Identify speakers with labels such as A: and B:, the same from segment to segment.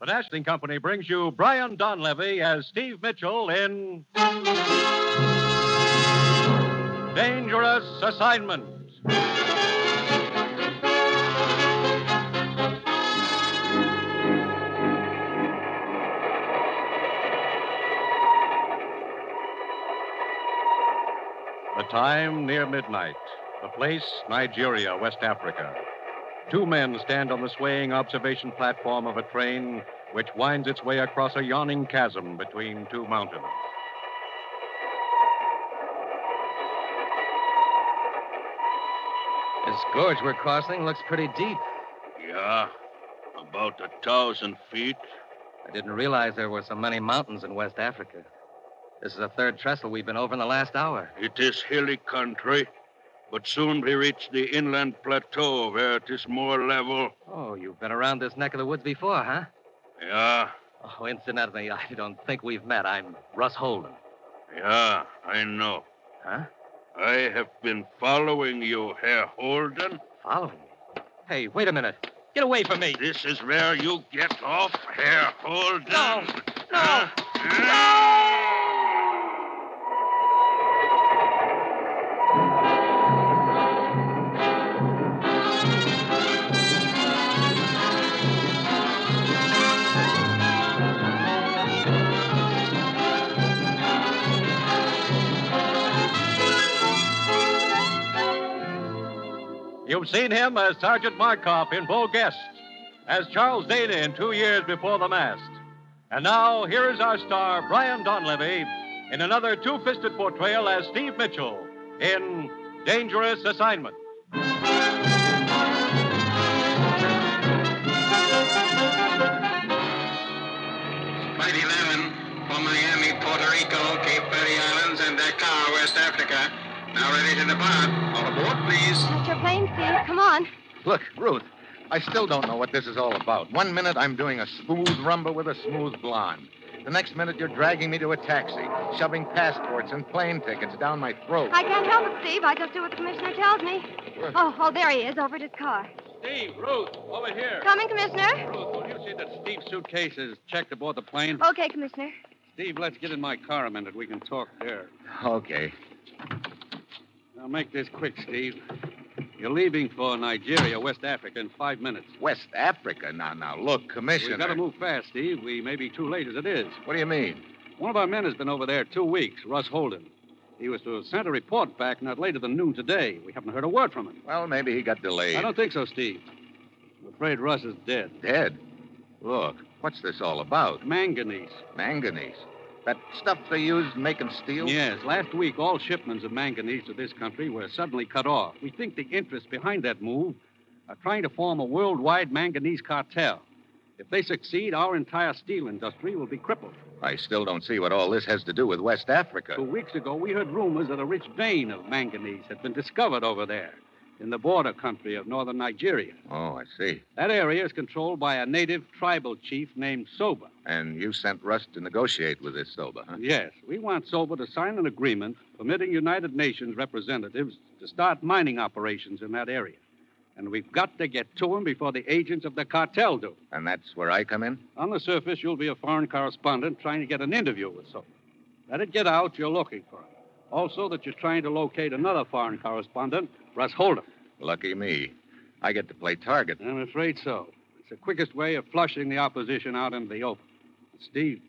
A: The National Company brings you Brian Donlevy as Steve Mitchell in Dangerous Assignment. The time near midnight. The place, Nigeria, West Africa. Two men stand on the swaying observation platform of a train which winds its way across a yawning chasm between two mountains.
B: This gorge we're crossing looks pretty deep.
C: Yeah, about a thousand feet.
B: I didn't realize there were so many mountains in West Africa. This is the third trestle we've been over in the last hour.
C: It is hilly country, but soon we reach the inland plateau where it is more level.
B: Oh, you've been around this neck of the woods before, huh?
C: Yeah,
B: Oh, incidentally, I don't think we've met. I'm Russ Holden.
C: yeah, I know.
B: Huh?
C: I have been following you, Herr Holden.
B: Following me. Hey, wait a minute. Get away from me.
C: This is where you get off, Herr Holden.
B: No,
C: Huh?
B: no.
A: You've seen him as Sergeant Markov in Bull Guest, as Charles Dana in Two Years Before the Mast. And now, here is our star, Brian Donlevy, in another two fisted portrayal as Steve Mitchell in Dangerous Assignment.
D: Flight 11 for Miami, Puerto Rico, Cape Verde Islands, and Dakar, West Africa. Now ready to depart. All aboard, please.
E: That's your plane, Steve. Come on.
F: Look, Ruth, I still don't know what this is all about. One minute I'm doing a smooth rumba with a smooth blonde. The next minute you're dragging me to a taxi, shoving passports and plane tickets down my throat.
E: I can't help it, Steve. I just do what the commissioner tells me. Oh, oh, there he is, over at his car.
A: Steve, Ruth, over here.
E: Coming, Commissioner?
A: Ruth, will you see that Steve's suitcase is checked aboard the plane?
E: Okay, Commissioner.
A: Steve, let's get in my car a minute. We can talk there.
F: Okay.
A: Now, make this quick, Steve. You're leaving for Nigeria, West Africa, in five minutes.
F: West Africa. Now, now, look, Commissioner.
A: We've got to move fast, Steve. We may be too late as it is.
F: What do you mean?
A: One of our men has been over there two weeks, Russ Holden. He was to have sent a report back not later than noon today. We haven't heard a word from him.
F: Well, maybe he got delayed.
A: I don't think so, Steve. I'm afraid Russ is dead.
F: Dead. Look, what's this all about?
A: Manganese.
F: Manganese. That stuff they use making steel?
A: Yes, last week all shipments of manganese to this country were suddenly cut off. We think the interests behind that move are trying to form a worldwide manganese cartel. If they succeed, our entire steel industry will be crippled.
F: I still don't see what all this has to do with West Africa.
A: Two weeks ago, we heard rumors that a rich vein of manganese had been discovered over there in the border country of northern Nigeria.
F: Oh, I see.
A: That area is controlled by a native tribal chief named Soba.
F: And you sent Russ to negotiate with this Soba, huh?
A: Yes, we want Soba to sign an agreement permitting United Nations representatives to start mining operations in that area. And we've got to get to him before the agents of the cartel do.
F: And that's where I come in?
A: On the surface, you'll be a foreign correspondent trying to get an interview with Soba. Let it get out you're looking for him. Also, that you're trying to locate another foreign correspondent, Russ Holden.
F: Lucky me. I get to play target.
A: I'm afraid so. It's the quickest way of flushing the opposition out into the open. Steve,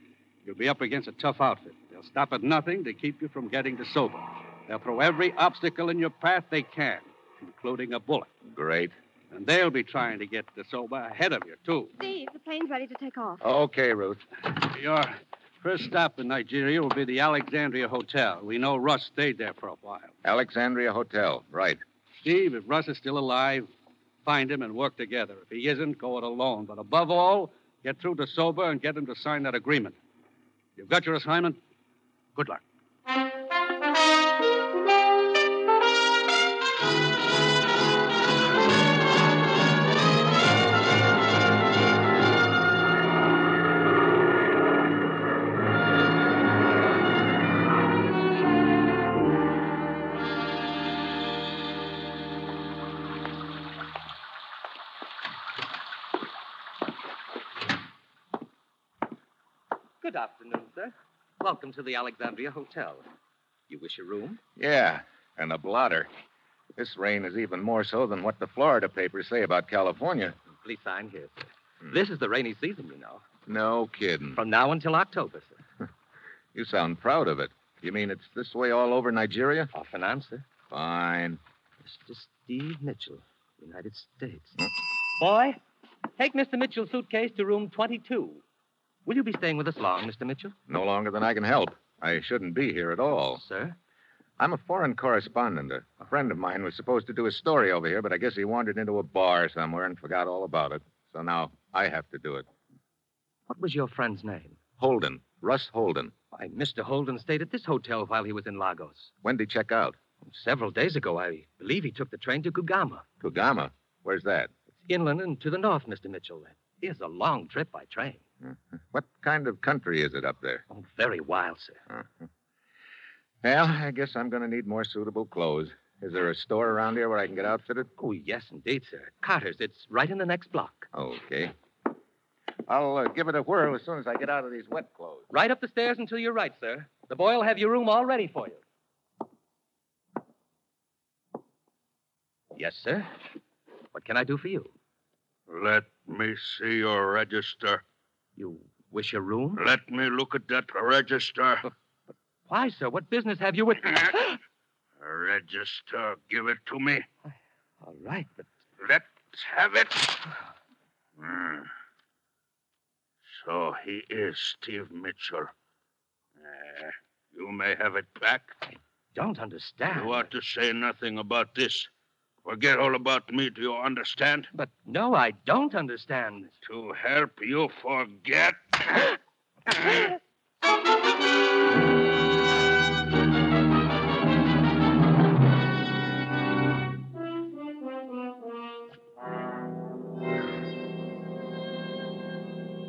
A: you'll be up against a tough outfit. They'll stop at nothing to keep you from getting to sober. They'll throw every obstacle in your path they can, including a bullet.
F: Great.
A: And they'll be trying to get to sober ahead of you, too.
E: Steve, the plane's ready to take off.
F: Okay, Ruth.
A: Your first stop in Nigeria will be the Alexandria Hotel. We know Russ stayed there for a while.
F: Alexandria Hotel. Right.
A: Steve, if Russ is still alive, find him and work together. If he isn't, go it alone. But above all, get through to Sober and get him to sign that agreement. You've got your assignment. Good luck.
B: Good afternoon, sir. Welcome to the Alexandria Hotel. You wish a room?
F: Yeah, and a blotter. This rain is even more so than what the Florida papers say about California.
B: Please sign here, sir. This is the rainy season, you know.
F: No kidding.
B: From now until October, sir.
F: You sound proud of it. You mean it's this way all over Nigeria?
B: Off and on, sir.
F: Fine.
B: Mr. Steve Mitchell, United States. Boy, take Mr. Mitchell's suitcase to room 22. Will you be staying with us long, Mr. Mitchell?
F: No longer than I can help. I shouldn't be here at all.
B: Sir?
F: I'm a foreign correspondent. A a friend of mine was supposed to do a story over here, but I guess he wandered into a bar somewhere and forgot all about it. So now I have to do it.
B: What was your friend's name?
F: Holden. Russ Holden.
B: Why, Mr. Holden stayed at this hotel while he was in Lagos.
F: When did he check out?
B: Several days ago, I believe he took the train to Kugama.
F: Kugama. Where's that?
B: Inland and to the north, Mr. Mitchell. It is a long trip by train.
F: Mm-hmm. What kind of country is it up there?
B: Oh, very wild, sir.
F: Well, I guess I'm going to need more suitable clothes. Is there a store around here where I can get outfitted?
B: Oh, yes, indeed, sir. Carter's. It's right in the next block.
F: Okay. I'll uh, give it a whirl as soon as I get out of these wet clothes.
B: Right up the stairs until you're right, sir. The boy will have your room all ready for you. Yes, sir. What can I do for you?
C: Let me see your register.
B: You wish a room?
C: Let me look at that register.
B: Why, sir? What business have you with
C: Register. Give it to me.
B: all right, but
C: Let's have it. Hmm. So he is Steve Mitchell. Eh, you may have it back.
B: don't understand.
C: You ought to say nothing about this. Forget all about me. Do you understand?
B: But no, I don't understand.
C: To help you forget.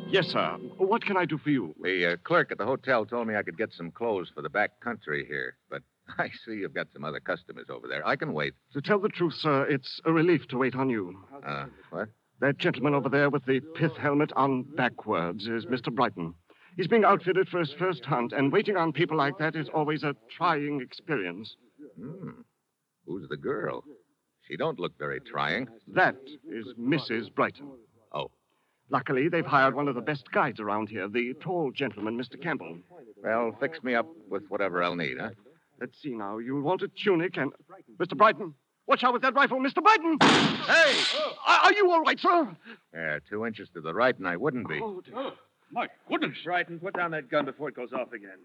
G: Yes, sir. What can I do for you?
F: The uh, clerk at the hotel told me I could get some clothes for the back country here, but I see you've got some other customers over there. I can wait.
G: To tell the truth, sir, it's a relief to wait on you.
F: Uh, what?
G: That gentleman over there with the pith helmet on backwards is Mr. Brighton. He's being outfitted for his first hunt, and waiting on people like that is always a trying experience.
F: Hmm. Who's the girl? She don't look very trying.
G: That is Mrs. Brighton.
F: Oh.
G: Luckily, they've hired one of the best guides around here, the tall gentleman, Mr. Campbell.
F: Well, fix me up with whatever I'll need, huh?
G: Let's see now. You want a tunic and. Mr. Brighton! Watch out with that rifle, Mr. Brighton!
F: Hey!
G: Are are you all right, sir?
F: Yeah, two inches to the right, and I wouldn't be.
G: Oh, dear.
H: My goodness. Brighton, put down that gun before it goes off again.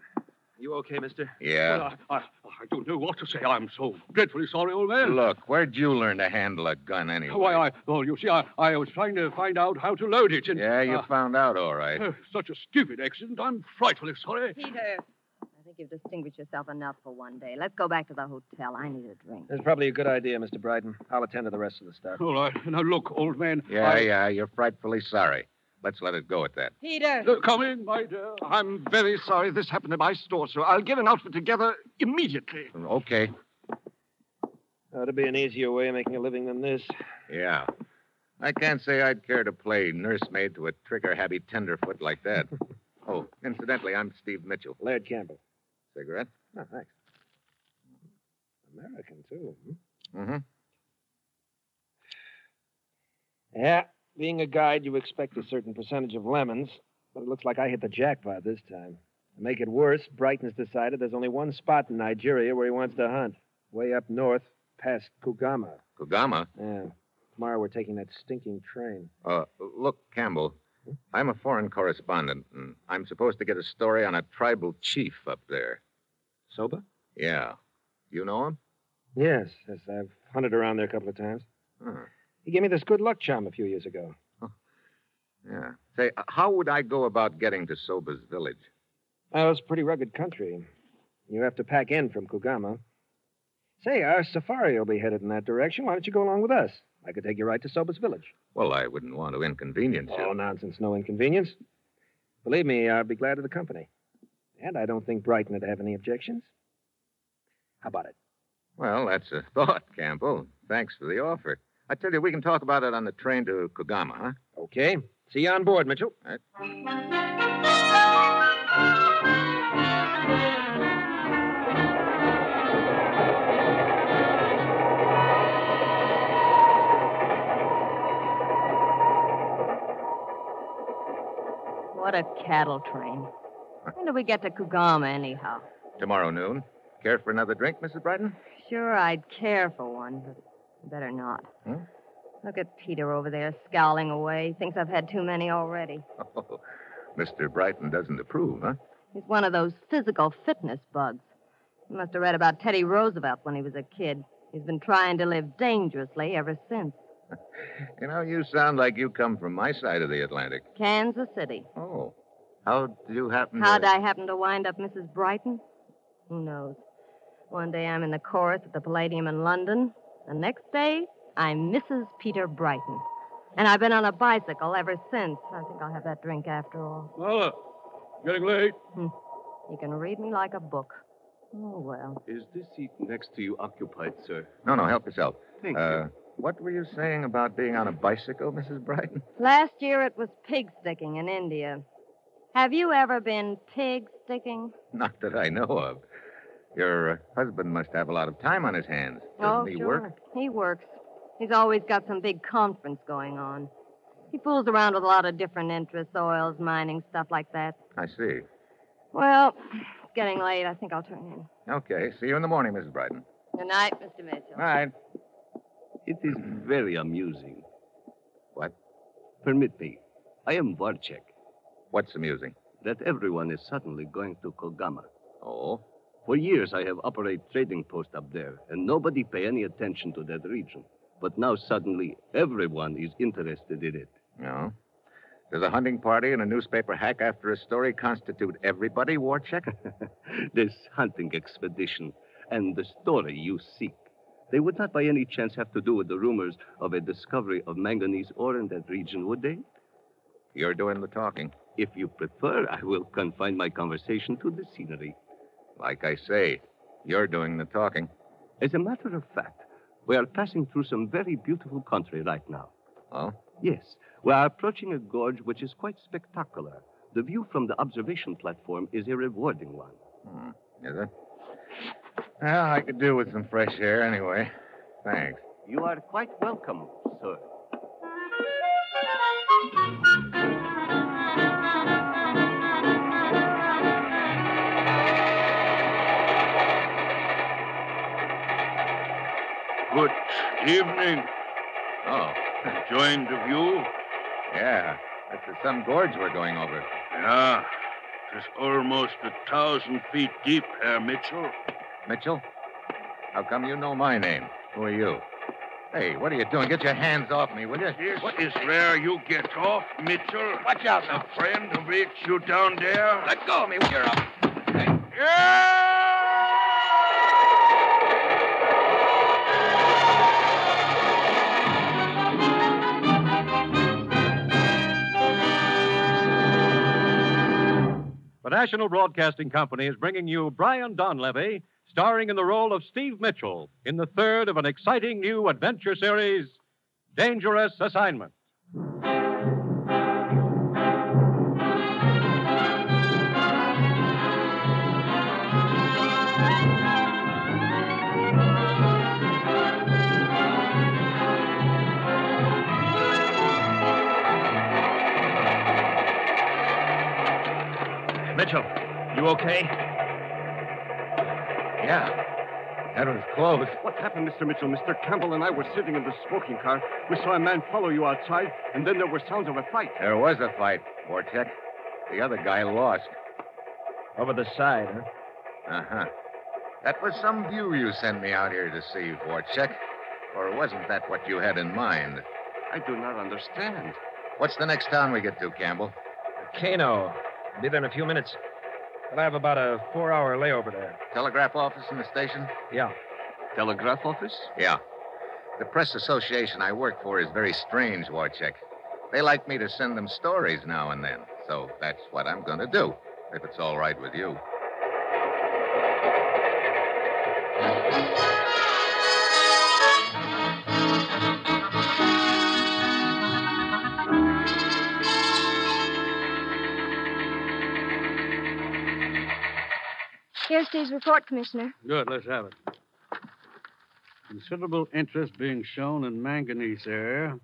H: You okay, mister?
F: Yeah.
H: I, I, I don't know what to say. I'm so dreadfully sorry, old man.
F: Look, where'd you learn to handle a gun anyway?
G: Oh,
H: Why, I, well, you see, I, I was trying to find out how to load it. And,
F: Yeah, you
I: Ah.
H: uh,
F: found out all right.
I: Oh,
H: uh, such a stupid accident. I'm frightfully sorry.
E: Peter, I think you've distinguished yourself enough for one day. Let's go back to the hotel. I need a drink.
H: That's probably a good idea, Mr. Brighton. I'll attend to the rest of the stuff. All right. Now, look, old man.
F: Yeah,
H: I-
F: yeah, you're frightfully sorry. Let's let it go at that.
E: Peter!
H: Look, Come in, my dear.
G: I'm very sorry this happened in my store, sir. I'll get an outfit together immediately.
F: Okay.
H: That'd be an easier way of making a living than this.
F: Yeah. I can't say I'd care to play nursemaid to a trigger happy tenderfoot like that. Oh, incidentally, I'm Steve Mitchell.
H: Laird Campbell.
F: Cigarette?
H: Oh, thanks. American, too. hmm?
F: Mm-hmm.
H: Yeah, being a guide, you expect a certain percentage of lemons, but it looks like I hit the jackpot this time. To make it worse, Brighton's decided there's only one spot in Nigeria where he wants to hunt, way up north, past Kugama.
F: Kugama?
H: Yeah. Tomorrow we're taking that stinking train.
F: Uh, look, Campbell, I'm a foreign correspondent, and I'm supposed to get a story on a tribal chief up there.
H: Soba?
F: Yeah. You know him?
H: Yes, yes, I've hunted around there a couple of times.
F: Huh.
H: He gave me this good luck charm a few years ago.
F: Yeah. Say, uh, how would I go about getting to Soba's village?
H: That was pretty rugged country. You have to pack in from Kugama. Say, our safari will be headed in that direction. Why don't you go along with us? I could take you right to Soba's village.
F: Well, I wouldn't want to inconvenience
H: Oh,
F: you.
H: nonsense, no inconvenience. Believe me, I'd be glad of the company. And I don't think Brighton would have any objections. How about it?
F: Well, that's a thought, Campbell. Thanks for the offer. I tell you, we can talk about it on the train to Kugama, huh?
H: Okay. See you on board, Mitchell.
E: What a cattle train. When do we get to Kugama, anyhow?
F: Tomorrow noon. Care for another drink, Mrs. Brighton?
E: Sure, I'd care for one, but better not.
F: Hmm?
E: Look at Peter over there scowling away. Thinks I've had too many already.
F: Oh, Mr. Brighton doesn't approve, huh?
E: He's one of those physical fitness bugs. You must have read about Teddy Roosevelt when he was a kid. He's been trying to live dangerously ever since.
F: You know, you sound like you come from my side of the Atlantic.
E: Kansas City.
F: Oh. How'd you happen
E: How'd
F: to...
E: I happen to wind up Mrs. Brighton? Who knows? One day I'm in the chorus at the Palladium in London. The next day, I'm Mrs. Peter Brighton. And I've been on a bicycle ever since. I think I'll have that drink after all.
C: Lola,
I: uh,
C: getting late.
E: You can read me like a book. Oh, well.
J: Is this seat next to you occupied, sir?
F: No, no, help yourself.
J: Thank
F: Uh, what were you saying about being on a bicycle, Mrs. Brighton?
E: Last year it was pig sticking in India. Have you ever been pig sticking?
F: Not that I know of. Your uh, husband must have a lot of time on his hands. Doesn't
E: oh,
F: he
E: sure.
F: work?
E: He works. He's always got some big conference going on. He fools around with a lot of different interests, oils, mining, stuff like that.
F: I see.
E: Well, it's getting late. I think I'll turn in.
F: Okay, see you in the morning, Mrs. Brighton.
E: Good night, Mr. Mitchell.
F: All right.
J: It is very amusing.
F: What?
J: Permit me. I am Vorchek.
F: What's amusing?
J: That everyone is suddenly going to Kogama.
F: Oh,
J: For years, I have operated trading post up there, and nobody pay any attention to that region. But now suddenly, everyone is interested in it.
F: no. Does a hunting party and a newspaper hack after a story constitute everybody, Warchek?
J: This hunting expedition and the story you seek, they would not by any chance have to do with the rumors of a discovery of manganese ore in that region, would they?
F: You're doing the talking.
J: If you prefer, I will confine my conversation to the scenery.
F: Like I say, you're doing the talking.
J: As a matter of fact, we are passing through some very beautiful country right now.
F: Oh?
J: Yes, we are approaching a gorge which is quite spectacular. The view from the observation platform is a rewarding one.
F: Hmm. Is it? Well, I could do with some fresh air anyway. Thanks.
J: You are quite welcome, sir.
C: Good evening.
F: Oh,
C: Enjoying the view?
F: yeah. That's the some gorge we're going over.
C: Yeah. It's almost a thousand feet deep, Herr Mitchell.
F: Mitchell? How come you know my name? Who are you? Hey, what are you doing? Get your hands off me, will you?
C: This is where you get off, Mitchell.
F: Watch out
C: A friend of it, you down there?
F: Let go of me. You're up.
K: The National Broadcasting Company is bringing you Brian Donlevy, starring in the role of Steve Mitchell in the third of an exciting new adventure series, Dangerous Assignment.
H: Mitchell, you okay?
F: Yeah. That was close.
G: What happened, Mr. Mitchell? Mr. Campbell and I were sitting in the smoking car. We saw a man follow you outside, and then there were sounds of a fight.
F: There was a fight, Vortex. The other guy lost.
H: Over the side, huh?
F: Uh huh. That was some view you sent me out here to see, Vorchek. Or wasn't that what you had in mind?
J: I do not understand.
F: What's the next town we get to, Campbell?
H: Kano. Be there in a few minutes. But I have about a four hour layover there.
F: Telegraph office and the station?
H: Yeah.
J: Telegraph office?
F: Yeah. The press association I work for is very strange, Warchek. They like me to send them stories now and then, so that's what I'm going to do, if it's all right with you.
L: Here's Steve's report, Commissioner.
C: Good, let's have it. Considerable interest being shown in manganese air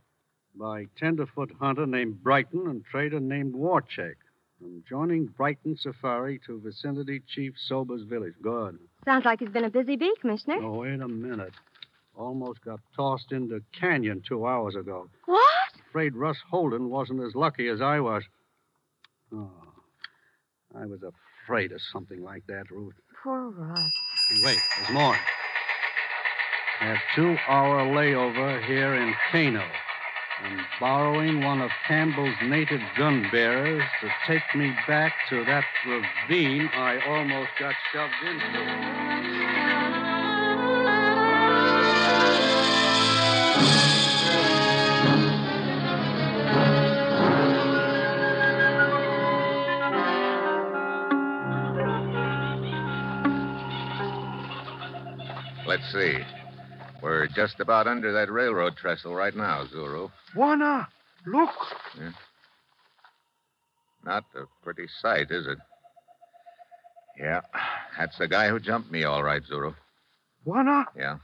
C: by tenderfoot hunter named Brighton and trader named Warchek.
A: From joining Brighton Safari to vicinity Chief Sober's Village. Good.
E: Sounds like he's been a busy bee, Commissioner.
A: Oh, wait a minute. Almost got tossed into canyon two hours ago.
E: What?
A: Afraid Russ Holden wasn't as lucky as I was. Oh, I was afraid of something like that, Ruth.
E: Poor Russ.
A: Hey, Wait, there's more. I have two-hour layover here in Kano. I'm borrowing one of Campbell's native gun bearers to take me back to that ravine I almost got shoved into.
F: Let's see. We're just about under that railroad trestle right now, Zuru.
M: Juana, look.
F: Not a pretty sight, is it? Yeah, that's the guy who jumped me, all right, Zuru.
M: Juana,
F: Yeah.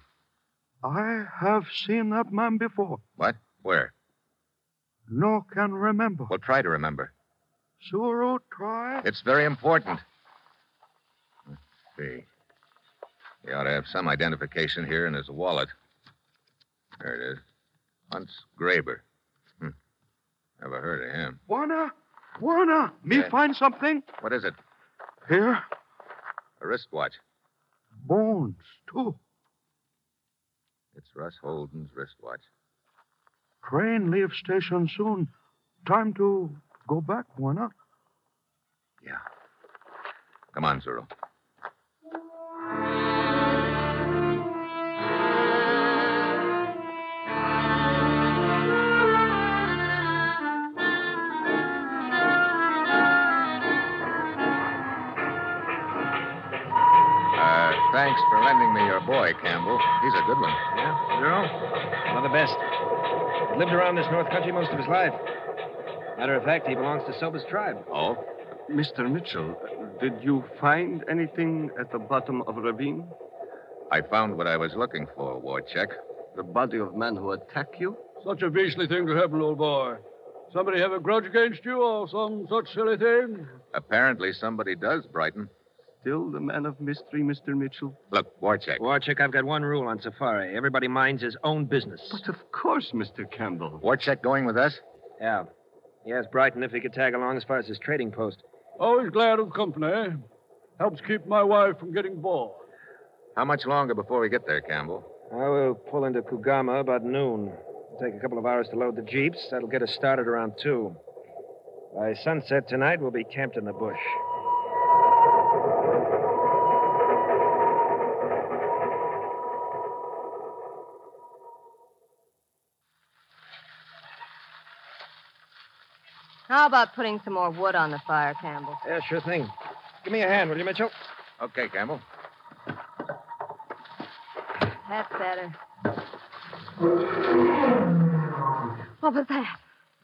M: I have seen that man before.
F: What? Where?
M: No can remember.
F: Well, try to remember.
M: Suro, try.
F: It's very important. Let's see. He ought to have some identification here in his wallet. There it is. Hunts Graber. Hmm. Never heard of him.
M: Juana, Juana, me
F: Yeah.
M: find something.
F: What is it?
M: Here,
F: A wristwatch.
M: bones, too.
F: It's Russ Holden's wristwatch.
M: Train leave station soon. Time to go back, Juana.
F: Come on, Uh, Zero. Uh, thanks for lending me your boy, Campbell. He's a good one.
H: Yeah, Zero? One of the best. He lived around this North Country most of his life. Matter of fact, he belongs to Soba's tribe.
F: Oh?
J: Mr. Mitchell, did you find anything at the bottom of a ravine?
F: I found what I was looking for, Warcheck.
N: The body of man who attacked you?
I: Such a beastly thing to happen, old boy. Somebody have a grudge against you or some such silly thing?
F: Apparently somebody does, Brighton.
N: Still the man of mystery, Mr. Mitchell?
F: Look, Warcheck.
H: Warchick, I've got one rule on safari. Everybody minds his own business. But
N: of course, Mr. Campbell.
F: Warcheck going with us?
H: Yeah. He asked Brighton if he could tag along as far as his trading post.
I: Always glad of company. Helps keep my wife from getting bored.
F: How much longer before we get there, Campbell?
H: I will pull into Kugama about noon. It'll take a couple of hours to load the jeeps. That'll get us started around two. By sunset tonight, we'll be camped in the bush.
E: How about putting some more wood on the fire, Campbell?
H: Yeah, sure thing. Give me a hand, will you, Mitchell?
F: Okay, Campbell.
E: That's better. What was that?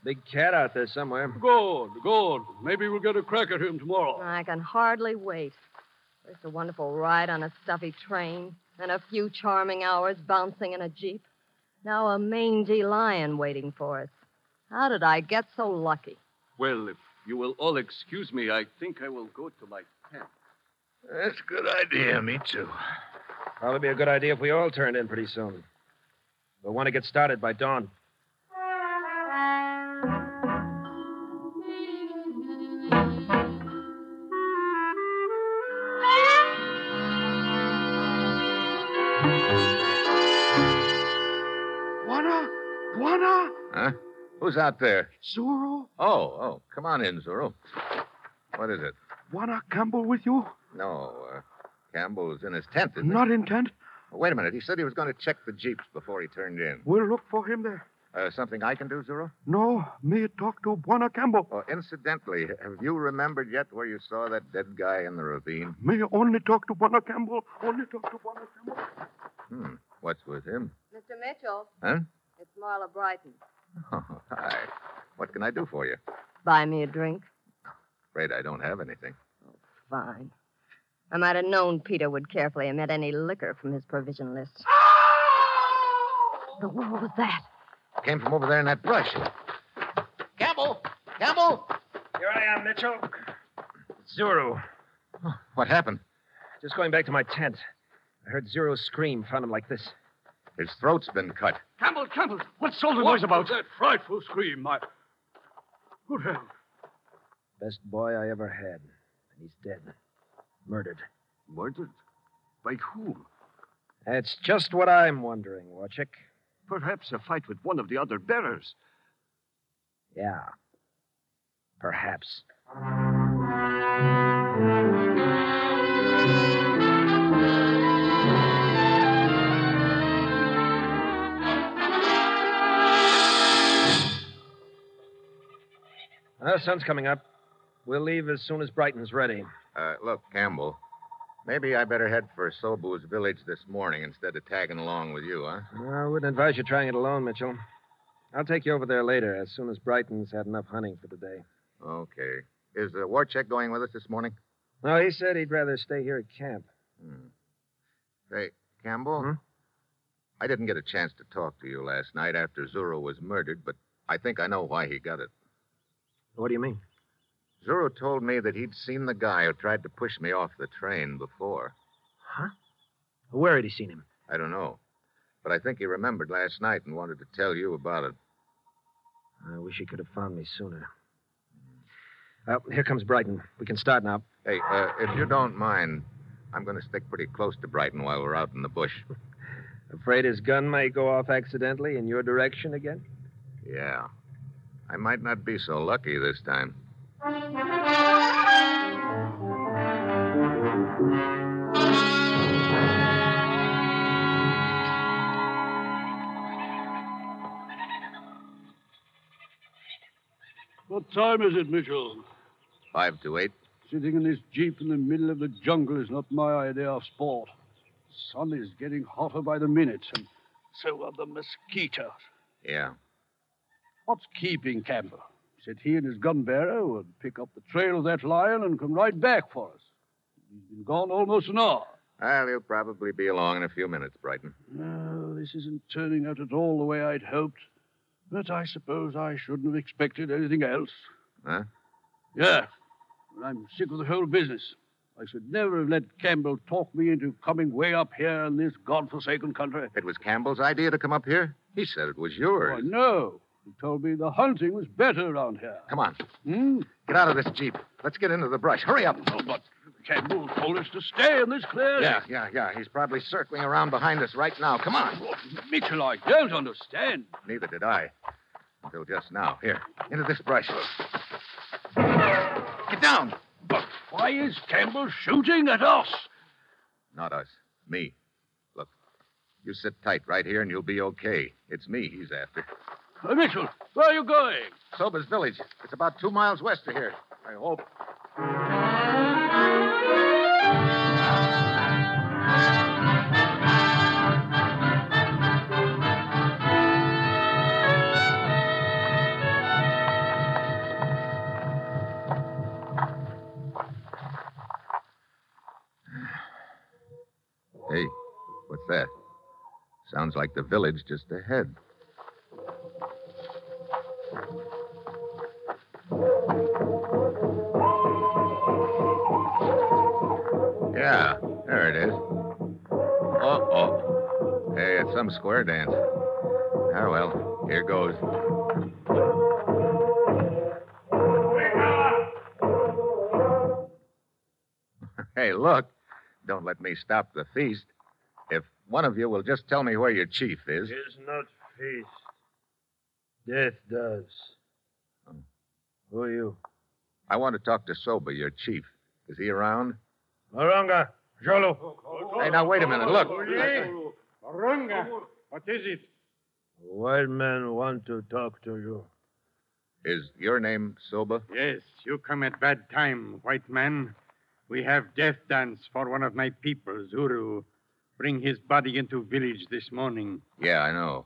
H: Big cat out there somewhere.
I: Good, good. Maybe we'll get a crack at him tomorrow.
E: I can hardly wait. First a wonderful ride on a stuffy train, then a few charming hours bouncing in a jeep. Now a mangy lion waiting for us. How did I get so lucky?
O: Well, if you will all excuse me, I think I will go to my tent.
H: That's a good idea, me too. Probably be a good idea if we all turned in pretty soon. We'll want to get started by dawn.
M: Juana, Juana,
F: Huh? Who's out there?
M: Zuro,
F: Oh, oh, come on in, Zuru. What is it?
M: Juana Campbell with you?
F: No, uh, Campbell's in his tent, isn't
M: Not
F: he?
M: intent.
F: Wait a minute. He said he was going to check the jeeps before he turned in.
M: We'll look for him there.
F: Uh, something I can do, Zuru?
M: No, me talk to Juana Campbell.
F: Oh, incidentally, have you remembered yet where you saw that dead guy in the ravine?
M: Me only talk to Juana Campbell. Only talk to Juana Campbell.
F: Hmm. What's with him?
E: Mr. Mitchell,
F: Huh?
E: it's Marla Brighton.
F: Oh, hi. What can I do for you?
E: Buy me a drink.
F: Afraid I don't have anything.
E: Fine. I might have known Peter would carefully omit any liquor from his provision list. But what was that?
F: Came from over there in that brush.
C: Campbell! Campbell!
H: Here I am, Mitchell. Zero.
F: What happened?
H: Just going back to my tent. I heard Zero scream, found him like this.
F: His throat's been cut.
I: Campbell, Campbell,
H: what's
I: all
H: the noise about?
I: That frightful scream, my. Good hell.
H: Best boy I ever had. And he's dead. Murdered.
P: Murdered? By whom?
H: That's just what I'm wondering, Warchick.
Q: Perhaps a fight with one of the other bearers.
H: Yeah. Perhaps. The sun's coming up. We'll leave as soon as Brighton's ready.
F: Uh, look, Campbell, maybe I better head for Sobu's village this morning instead of tagging along with you, huh?
H: No, I wouldn't advise you trying it alone, Mitchell. I'll take you over there later, as soon as Brighton's had enough hunting for the day.
F: Okay. Is uh, Warcheck going with us this morning?
H: No, he said he'd rather stay here at camp.
F: Hmm. Say, Campbell, I didn't get a chance to talk to you last night after Zuro was murdered, but I think I know why he got it.
H: What do you mean?
F: Zuro told me that he'd seen the guy who tried to push me off the train before.
H: Where had he seen him?
F: I don't know. But I think he remembered last night and wanted to tell you about it.
H: I wish he could have found me sooner. Well, here comes Brighton. We can start now.
F: Hey, uh, if you don't mind, I'm going to stick pretty close to Brighton while we're out in the bush.
H: Afraid his gun may go off accidentally in your direction again?
F: Yeah. I might not be so lucky this time.
I: What time is it, Mitchell?
F: Five to eight.
I: Sitting in this jeep in the middle of the jungle is not my idea of sport. sun is getting hotter by the minute, and so
C: uh,
I: are the mosquitoes.
F: Yeah.
I: What's keeping Campbell? He said he and his gun bearer would pick up the trail of that lion and come right back for us. He's been gone almost an hour.
F: Well, he'll probably be along in a few minutes, Brighton.
I: No, this isn't turning out at all the way I'd hoped. But I suppose I shouldn't have expected anything else.
F: Huh?
I: Yeah. And I'm sick of the whole business. I should never have let Campbell talk me into coming way up here in this godforsaken country.
F: It was Campbell's idea to come up here? He said it was yours.
I: Why, no. He told me the hunting was better around here.
F: Come on.
I: Hmm?
F: Get out of this Jeep. Let's get into the brush. Hurry up.
I: Oh, but Campbell told us to stay in this clearing.
F: Yeah, yeah, yeah. He's probably circling around behind us right now. Come on.
I: Mitchell, I don't understand.
F: Neither did I. Until just now. Here, into this brush. Get down.
I: Why is Campbell shooting at us?
F: Not us. Me. Look, you sit tight right here and you'll be okay. It's me he's after.
I: Uh, Mitchell, where are you going?
F: Sober's village. It's about two miles west of here. I hope. Hey, what's that? Sounds like the village just ahead. Yeah, there it is. Uh-oh. Hey, it's some square dance. Ah, well, here goes. hey, look. Don't let me stop the feast. If one of you will just tell me where your chief is.
C: Is not feast. Death does.
F: Who are you? I want to talk to Soba, your chief. Is he around?
C: Maranga, Jolo.
F: Hey, now, wait a minute. Look.
C: Maranga, what is it? Wild men want to talk to you.
F: Is your name Soba?
D: Yes, you come at bad time, white man. We have death dance for one of my people, Zuru. Bring his body into village this morning.
F: Yeah, I know.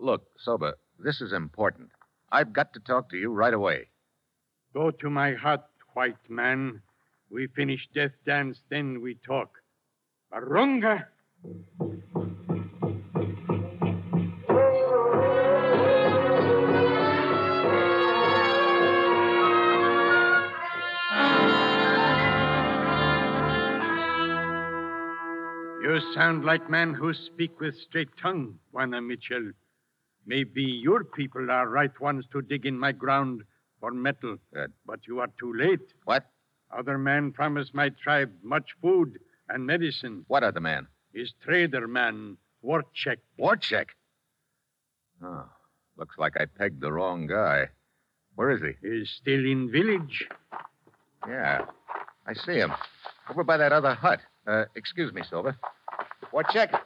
F: Look, Soba, this is important. I've got to talk to you right away.
D: Go to my hut, white man. We finish death dance, then we talk. Barunga! You sound like men who speak with straight tongue, Juana Mitchell. Maybe your people are right ones to dig in my ground for metal. But you are too late.
M: What?
D: Other man promised my tribe much food and medicine.
M: What other man?
D: His trader man, Warchek.
M: Warchek? Oh, looks like I pegged the wrong guy. Where is he?
D: He's still in village.
M: Yeah, I see him. Over by that other hut. Uh, excuse me, Silver. Warchek.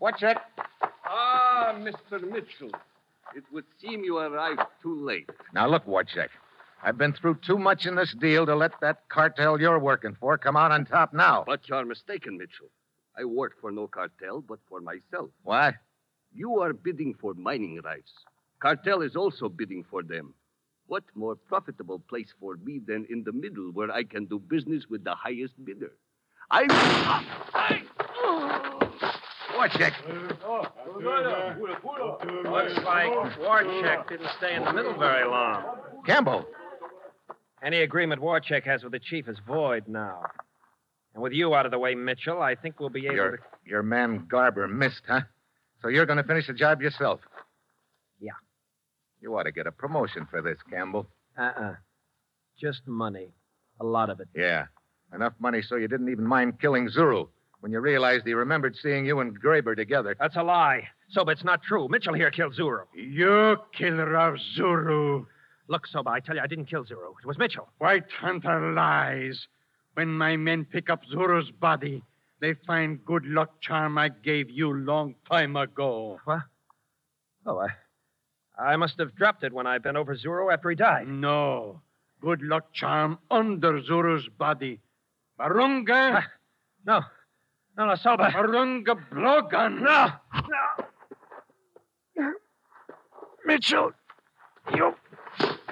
M: Warchek.
R: Ah, Mr. Mitchell. It would seem you arrived too late.
M: Now, look, Warchek. I've been through too much in this deal to let that cartel you're working for come out on top now.
J: But you're mistaken, Mitchell. I work for no cartel, but for myself.
M: What?
J: You are bidding for mining rights. Cartel is also bidding for them. What more profitable place for me than in the middle where I can do business with the highest bidder? I. I...
I: Oh.
M: Warchek.
S: Looks like Warchek didn't stay in the middle very long.
M: Campbell.
S: Any agreement Warchek has with the chief is void now. And with you out of the way, Mitchell, I think we'll be able
M: Your,
S: to.
M: your man Garber missed, huh? So you're going to finish the job yourself?
S: Yeah.
M: You ought to get a promotion for this, Campbell.
S: Uh uh Just money. A lot of it.
M: Yeah. Enough money so you didn't even mind killing Zuru when you realized he remembered seeing you and Graber together.
S: That's a lie. Soba, it's not true. Mitchell here killed Zuru.
D: You killer of Zuru.
S: Look, Soba, I tell you, I didn't kill Zuru. It was Mitchell.
D: White Hunter lies. When my men pick up Zuru's body, they find good luck charm I gave you long time ago.
S: What? Oh, I. I must have dropped it when I bent over Zuru after he died.
D: No. Good luck charm under Zuru's body. Barunga?
S: Ah, no. No, no, Soba.
D: Barunga blowgun.
S: No.
D: Mitchell, you.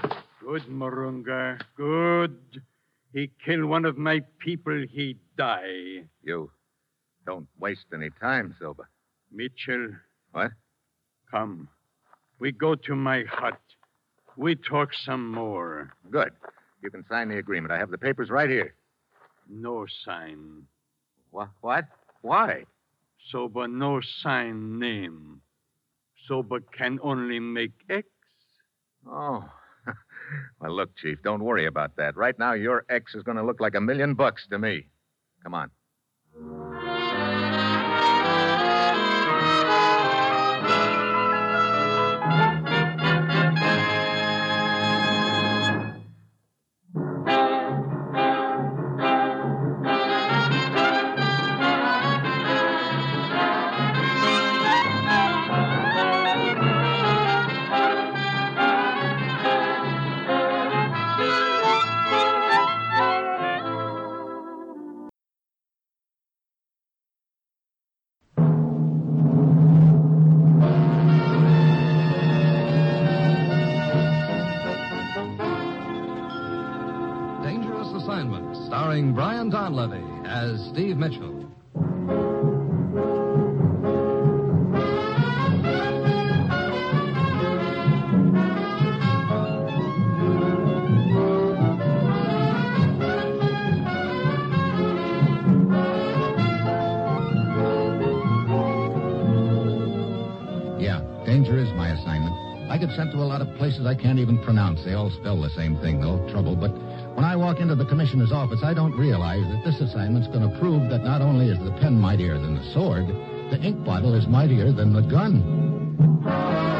D: Good, Marunga. Good. He kill one of my people, he die.
M: You don't waste any time, Silva.
D: Mitchell.
M: What?
D: Come. We go to my hut. We talk some more.
M: Good. You can sign the agreement. I have the papers right here.
D: No sign.
M: What? What? Why?
D: Soba no sign name. Soba can only make X.
M: Oh. Well, look, Chief, don't worry about that. Right now, your ex is going to look like a million bucks to me. Come on.
T: Dangerous Assignment, starring Brian Donlevy as Steve Mitchell.
F: Yeah, danger is my assignment. I get sent to a lot of places I can't even pronounce. They all spell the same thing, though, trouble. But when I walk into the commissioner's office, I don't realize that this assignment's going to prove that not only is the pen mightier than the sword, the ink bottle is mightier than the gun.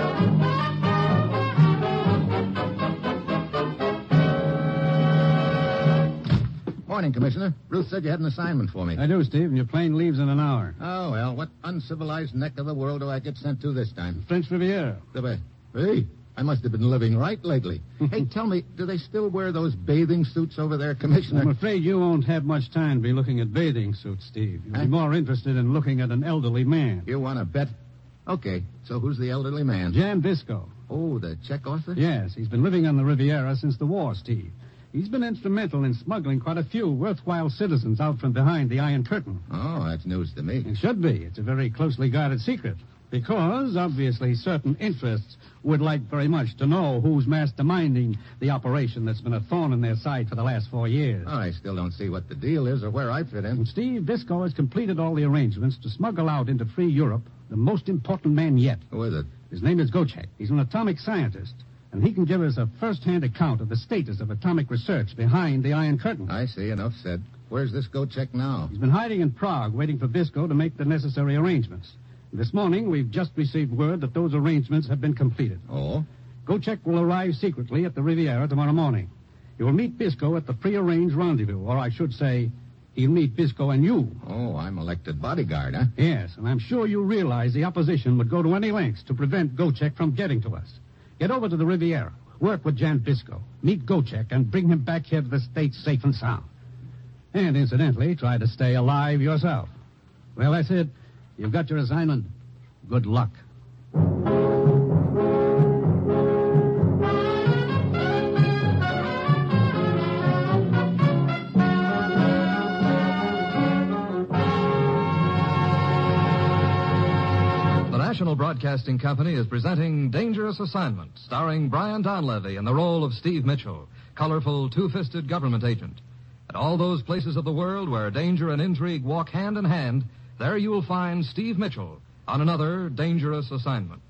F: Morning, Commissioner. Ruth said you had an assignment for me.
A: I do, Steve, and your plane leaves in an hour.
F: Oh, well, what uncivilized neck of the world do I get sent to this time?
A: French Riviera.
F: The ba- Hey, I must have been living right lately. hey, tell me, do they still wear those bathing suits over there, Commissioner?
A: I'm afraid you won't have much time to be looking at bathing suits, Steve. You'll be more interested in looking at an elderly man.
F: You want to bet? Okay, so who's the elderly man?
A: Jan Disco.
F: Oh, the Czech author?
A: Yes, he's been living on the Riviera since the war, Steve. He's been instrumental in smuggling quite a few worthwhile citizens out from behind the Iron Curtain.
F: Oh, that's news to me.
A: It should be. It's a very closely guarded secret. because obviously certain interests would like very much to know who's masterminding the operation that's been a thorn in their side for the last four years.
F: I still don't see what the deal is or where I fit in.
A: Steve Disco has completed all the arrangements to smuggle out into free Europe the most important man yet.
F: Who is it?
A: His name is Gochek. He's an atomic scientist, and he can give us a first-hand account of the status of atomic research behind the Iron Curtain.
F: I see. Enough said. Where's this Gochek now?
A: He's been hiding in Prague, waiting for Bisco to make the necessary arrangements. This morning, we've just received word that those arrangements have been completed.
F: Oh?
A: Gochek will arrive secretly at the Riviera tomorrow morning. You will meet Bisco at the prearranged rendezvous, or I should say, he'll meet Bisco and you.
F: Oh, I'm elected bodyguard, huh?
A: Yes, and I'm sure you realize the opposition would go to any lengths to prevent Gochek from getting to us. Get over to the Riviera, work with Jan Bisco, meet Gochek, and bring him back here to the States safe and sound. And incidentally, try to stay alive yourself. Well, that's it. You've got your assignment. Good luck.
T: The National Broadcasting Company is presenting Dangerous Assignment, starring Brian Donlevy in the role of Steve Mitchell, colorful, two fisted government agent. At all those places of the world where danger and intrigue walk hand in hand, there you will find Steve Mitchell on another dangerous assignment.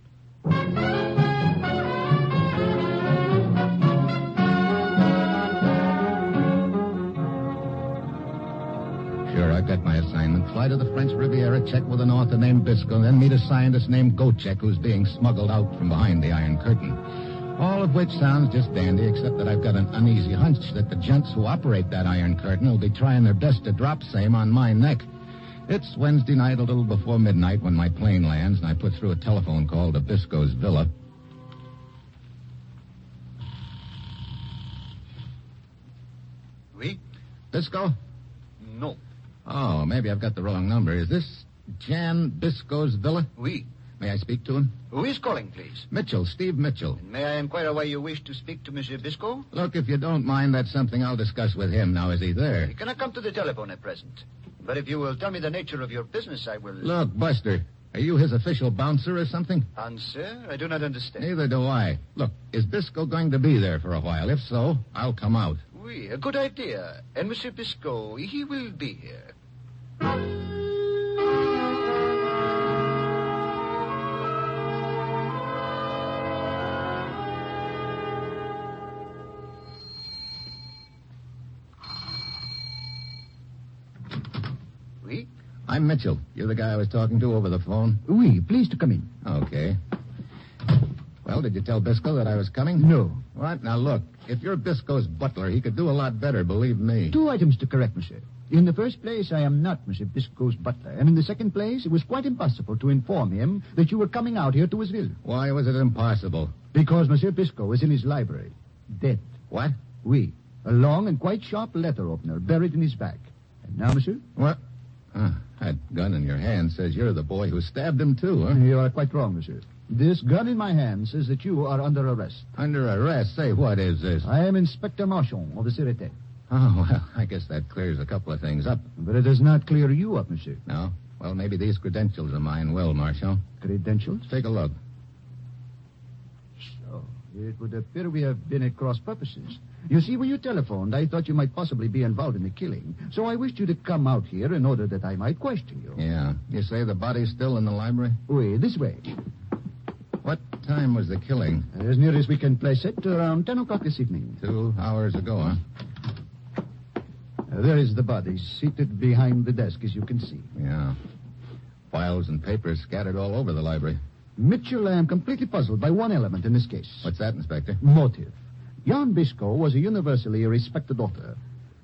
F: Sure, I've got my assignment. Fly to the French Riviera, check with an author named Bisco, then meet a scientist named Gochek who's being smuggled out from behind the Iron Curtain. All of which sounds just dandy, except that I've got an uneasy hunch that the gents who operate that Iron Curtain will be trying their best to drop same on my neck. It's Wednesday night, a little before midnight, when my plane lands, and I put through a telephone call to Bisco's villa.
U: Oui?
F: Bisco?
U: No.
F: Oh, maybe I've got the wrong number. Is this Jan Bisco's villa?
U: Oui.
F: May I speak to him?
U: Who is calling, please?
F: Mitchell, Steve Mitchell.
U: May I inquire why you wish to speak to Monsieur Bisco?
F: Look, if you don't mind, that's something I'll discuss with him now. Is he there?
U: Can I come to the telephone at present? But if you will tell me the nature of your business, I will.
F: Look, Buster, are you his official bouncer or something?
U: Answer? I do not understand.
F: Neither do I. Look, is Bisco going to be there for a while? If so, I'll come out.
U: Oui, a good idea. And Monsieur Bisco, he will be here. Oui?
F: I'm Mitchell. You're the guy I was talking to over the phone?
V: Oui, please to come in.
F: Okay. Well, did you tell Bisco that I was coming?
V: No.
F: What? Now, look, if you're Bisco's butler, he could do a lot better, believe me.
V: Two items to correct, monsieur. In the first place, I am not Monsieur Bisco's butler. And in the second place, it was quite impossible to inform him that you were coming out here to his villa.
F: Why was it impossible?
V: Because Monsieur Bisco is in his library. Dead.
F: What?
V: Oui. A long and quite sharp letter opener buried in his back. And now, monsieur?
F: What? Ah, that gun in your hand says you're the boy who stabbed him, too, huh?
V: You are quite wrong, monsieur. This gun in my hand says that you are under arrest.
F: Under arrest? Say, what is this?
V: I am Inspector Marchand of the Sûreté.
F: Oh, well, I guess that clears a couple of things up.
V: But it does not clear you up, monsieur.
F: No? Well, maybe these credentials of mine will, Marshal.
V: Credentials?
F: Take a look.
V: So, it would appear we have been at cross purposes. You see, when you telephoned, I thought you might possibly be involved in the killing. So I wished you to come out here in order that I might question you.
F: Yeah. You say the body's still in the library?
V: Oui, this way.
F: What time was the killing?
V: As near as we can place it, around 10 o'clock this evening.
F: Two hours ago, huh?
V: Uh, there is the body, seated behind the desk, as you can see.
F: Yeah. Files and papers scattered all over the library.
V: Mitchell, I am completely puzzled by one element in this case.
F: What's that, Inspector?
V: Motive. Jan Bisco was a universally respected author.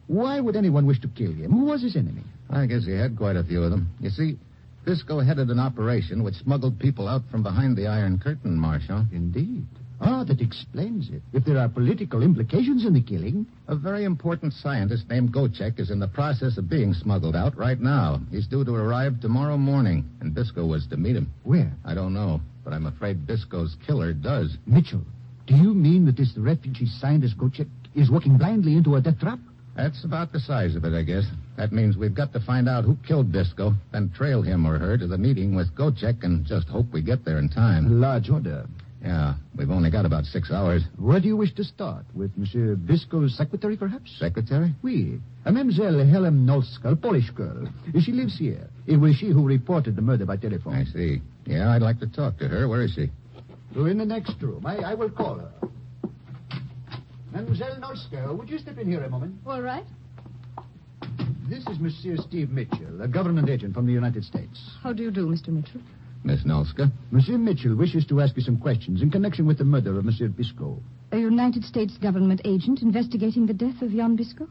V: Why would anyone wish to kill him? Who was his enemy?
F: I guess he had quite a few of them. You see, Bisco headed an operation which smuggled people out from behind the Iron Curtain, Marshal.
V: Indeed. Ah, that explains it. If there are political implications in the killing.
F: A very important scientist named Gochek is in the process of being smuggled out right now. He's due to arrive tomorrow morning, and Bisco was to meet him.
V: Where?
F: I don't know, but I'm afraid Bisco's killer does.
V: Mitchell, do you mean that this refugee scientist Gochek is walking blindly into a death trap?
F: That's about the size of it, I guess. That means we've got to find out who killed Disco, then trail him or her to the meeting with Gochek and just hope we get there in time.
V: Large order.
F: Yeah, we've only got about six hours.
V: Where do you wish to start? With
F: Uh,
V: Monsieur Biscoe's secretary, perhaps?
F: Secretary?
V: Oui. A Mademoiselle Helen Nolskal, Polish girl. She lives here. It was she who reported the murder by telephone.
F: I see. Yeah, I'd like to talk to her. Where is she?
V: We're in the next room. I, I will call her. Mademoiselle Norska, would you step in here a moment?
L: All right.
V: This is Monsieur Steve Mitchell, a government agent from the United States.
L: How do you do, Mr. Mitchell?
F: Miss Nolska?
V: Monsieur Mitchell wishes to ask you some questions in connection with the murder of Monsieur Biscoe.
L: A United States government agent investigating the death of Jan Bisco?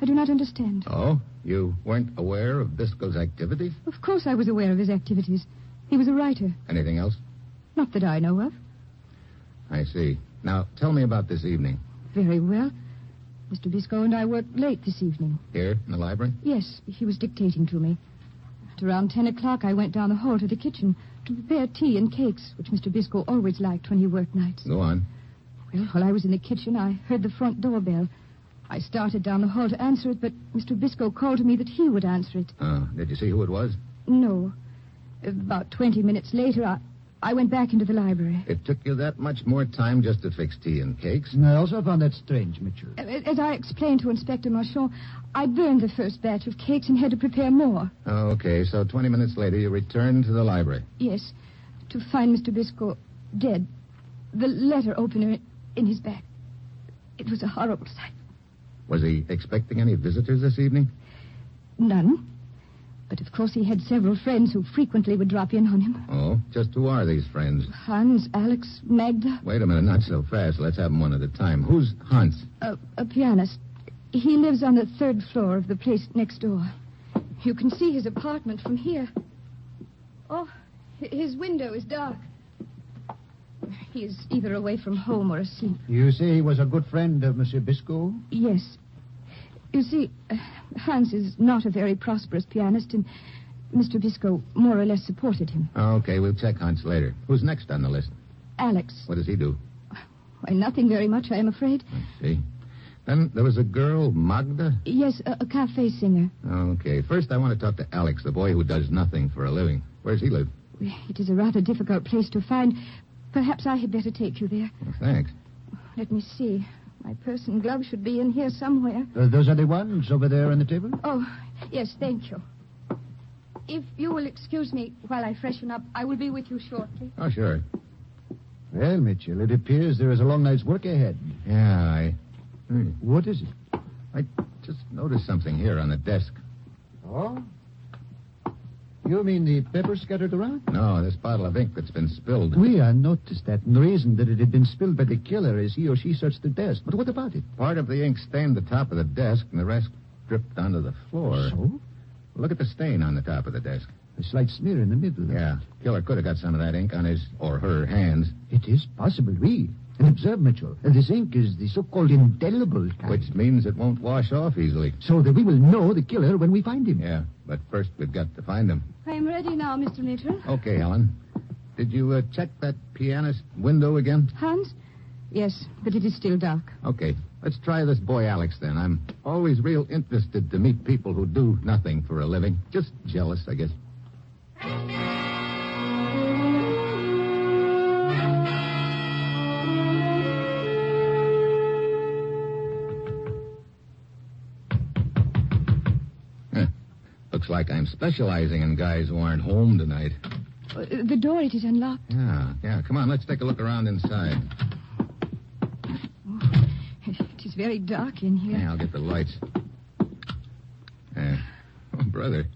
L: I do not understand.
F: Oh, you weren't aware of Biscoe's activities?
L: Of course I was aware of his activities. He was a writer.
F: Anything else?
L: Not that I know of.
F: I see. Now, tell me about this evening.
L: Very well. Mr. Biscoe and I worked late this evening.
F: Here, in the library?
L: Yes, he was dictating to me. At around ten o'clock, I went down the hall to the kitchen to prepare tea and cakes, which Mr. Biscoe always liked when he worked nights.
F: Go on.
L: Well, while I was in the kitchen, I heard the front doorbell. I started down the hall to answer it, but Mr. Biscoe called to me that he would answer it.
F: Uh, did you see who it was?
L: No. About 20 minutes later, I, I went back into the library.
F: It took you that much more time just to fix tea and cakes?
V: I also found that strange, Mitchell.
L: A- As I explained to Inspector Marchand, I burned the first batch of cakes and had to prepare more.
F: Okay, so 20 minutes later, you returned to the library.
L: Yes, to find Mr. Biscoe dead. The letter opener in his back. It was a horrible sight.
F: Was he expecting any visitors this evening?
L: None. But of course he had several friends who frequently would drop in on him.
F: Oh, just who are these friends?
L: Hans, Alex, Magda,
F: Wait a minute, not so fast. Let's have them one at a time. Who's Hans?
L: a, a pianist. He lives on the third floor of the place next door. You can see his apartment from here. Oh, hi- his window is dark. He is either away from home or asleep.
V: You say he was a good friend of Monsieur Biscoe?
L: Yes. You see, uh, Hans is not a very prosperous pianist, and Mr. Biscoe more or less supported him.
F: Okay, we'll check Hans later. Who's next on the list?
L: Alex,
F: What does he do?
L: why, nothing very much, I am afraid.
F: See? Then there was a girl, Magda.
L: Yes, a, a cafe singer.
F: Okay, first I want to talk to Alex, the boy who does nothing for a living. Where's he live?
L: It is a rather difficult place to find. Perhaps I had better take you there.
F: Thanks.
L: Let me see. My purse and glove should be in here somewhere.
V: Uh, those are the ones over there on the table?
L: Oh, yes, thank you. If you will excuse me while I freshen up, I will be with you shortly.
F: Oh, sure.
V: Well, Mitchell, it appears there is a long night's work ahead.
F: Yeah, I. Hmm.
V: What is it?
F: I just noticed something here on the desk.
V: Oh? You mean the pepper scattered around?
F: No, this bottle of ink that's been spilled.
V: We I noticed that, and the reason that it had been spilled by the killer is he or she searched the desk. But what about it?
F: Part of the ink stained the top of the desk, and the rest dripped onto the floor.
V: So?
F: Look at the stain on the top of the desk.
V: A slight smear in the middle.
F: Yeah, killer could have got some of that ink on his or her hands,
V: It is possible, we. And observe, Mitchell, uh, this ink is the so-called indelible kind.
F: which means it won't wash off easily.
V: So that we will know the killer when we find him.
F: Yeah, but first we've got to find him.
L: I am ready now, Mr. Mitchell.
F: Okay, Helen. Did you uh, check that pianist window again?
L: Hans? Yes, but it is still dark.
F: Okay, let's try this boy Alex then. I'm always real interested to meet people who do nothing for a living. Just jealous, I guess. Huh. Eh, Looks like I'm specializing in guys who aren't home tonight.
L: Uh, the door, it is unlocked.
F: Yeah, yeah. Come on, let's take a look around inside.
L: It is very dark in here.
F: Yeah, I'll get the lights. Yeah. Oh, brother,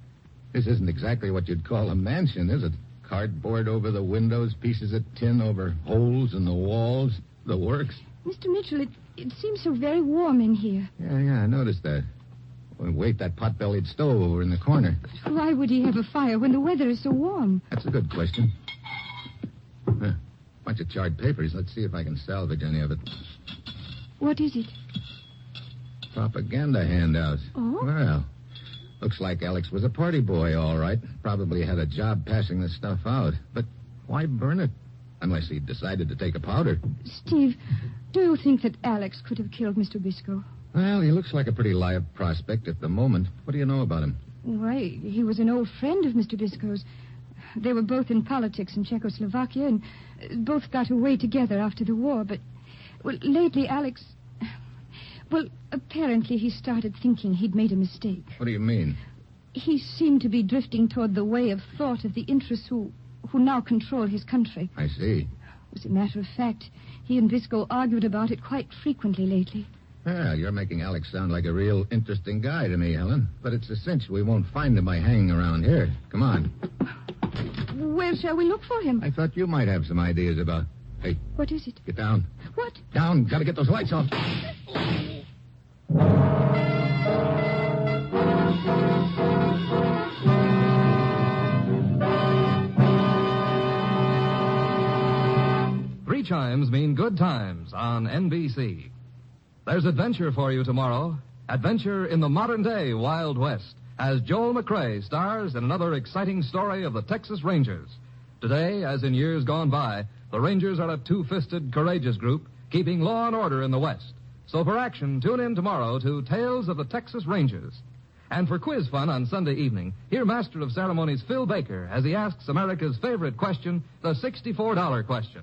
F: this isn't exactly what you'd call a mansion, is it? Cardboard over the windows, pieces of tin over holes in the walls, the works.
L: Mr. Mitchell, it, it seems so very warm in here.
F: Yeah, yeah, I noticed that. Oh, Wait, that pot-bellied stove over in the corner.
L: Why would he have a fire when the weather is so warm?
F: That's a good question. Huh. Bunch of charred papers. Let's see if I can salvage any of it.
L: What is it?
F: Propaganda handouts.
L: Oh?
F: Well, looks like Alex was a party boy, all right. Probably had a job passing this stuff out. But why burn it? Unless he decided to take a powder.
L: Steve, do you think that Alex could have killed Mr. Biscoe?
F: Well, he looks like a pretty live prospect at the moment. What do you know about him?
L: Why, he was an old friend of Mr. Biscoe's. They were both in politics in Czechoslovakia and uh, both got away together after the war, but. Well, lately, Alex. Well, apparently he started thinking he'd made a mistake.
F: What do you mean?
L: He seemed to be drifting toward the way of thought of the interests who, who now control his country.
F: I see.
L: As a matter of fact, he and Biscoe argued about it quite frequently lately.
F: Yeah, you're making Alex sound like a real interesting guy to me, Helen. But it's a cinch we won't find him by hanging around here. Come on.
L: Where shall we look for him?
F: I thought you might have some ideas about. Hey,
L: What is it?
F: get down.
L: What?
F: Down. Gotta get those lights off.
T: Three chimes mean good times on NBC. There's adventure for you tomorrow. Adventure in the modern day Wild West as Joel McRae stars in another exciting story of the Texas Rangers. Today, as in years gone by, the Rangers are a two fisted, courageous group keeping law and order in the West. So for action, tune in tomorrow to Tales of the Texas Rangers. And for quiz fun on Sunday evening, hear Master of Ceremonies Phil Baker as he asks America's favorite question, the $64 question.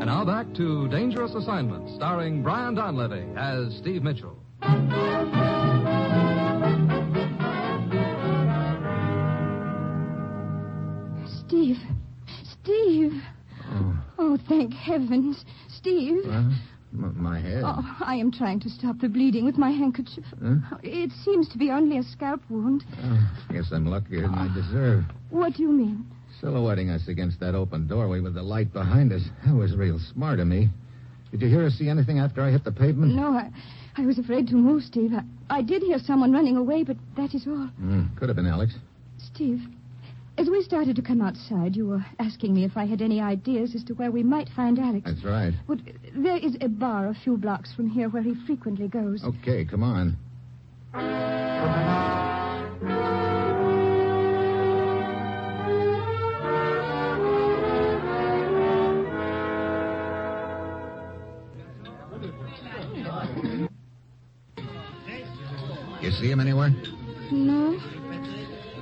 T: And now back to Dangerous Assignment, starring Brian Donlevy as Steve Mitchell.
L: Steve. Steve. Oh, thank heavens. Steve.
F: Huh? M- my head.
L: Oh, I am trying to stop the bleeding with my handkerchief.
F: Huh? Oh,
L: It seems to be only a scalp wound.
F: Guess I'm luckier than I deserve.
L: What do you mean?
F: Silhouetting us against that open doorway with the light behind us. That was real smart of me. Did you hear or see anything after I hit the pavement?
L: No, I, I was afraid to move, Steve. I, I did hear someone running away, but that is all.
F: Hmm, could have been Alex.
L: Steve, as we started to come outside, you were asking me if I had any ideas as to where we might find Alex.
F: That's right.
L: Well, there is a bar a few blocks from here where he frequently goes.
F: Okay, come on. You see him anywhere?
L: No.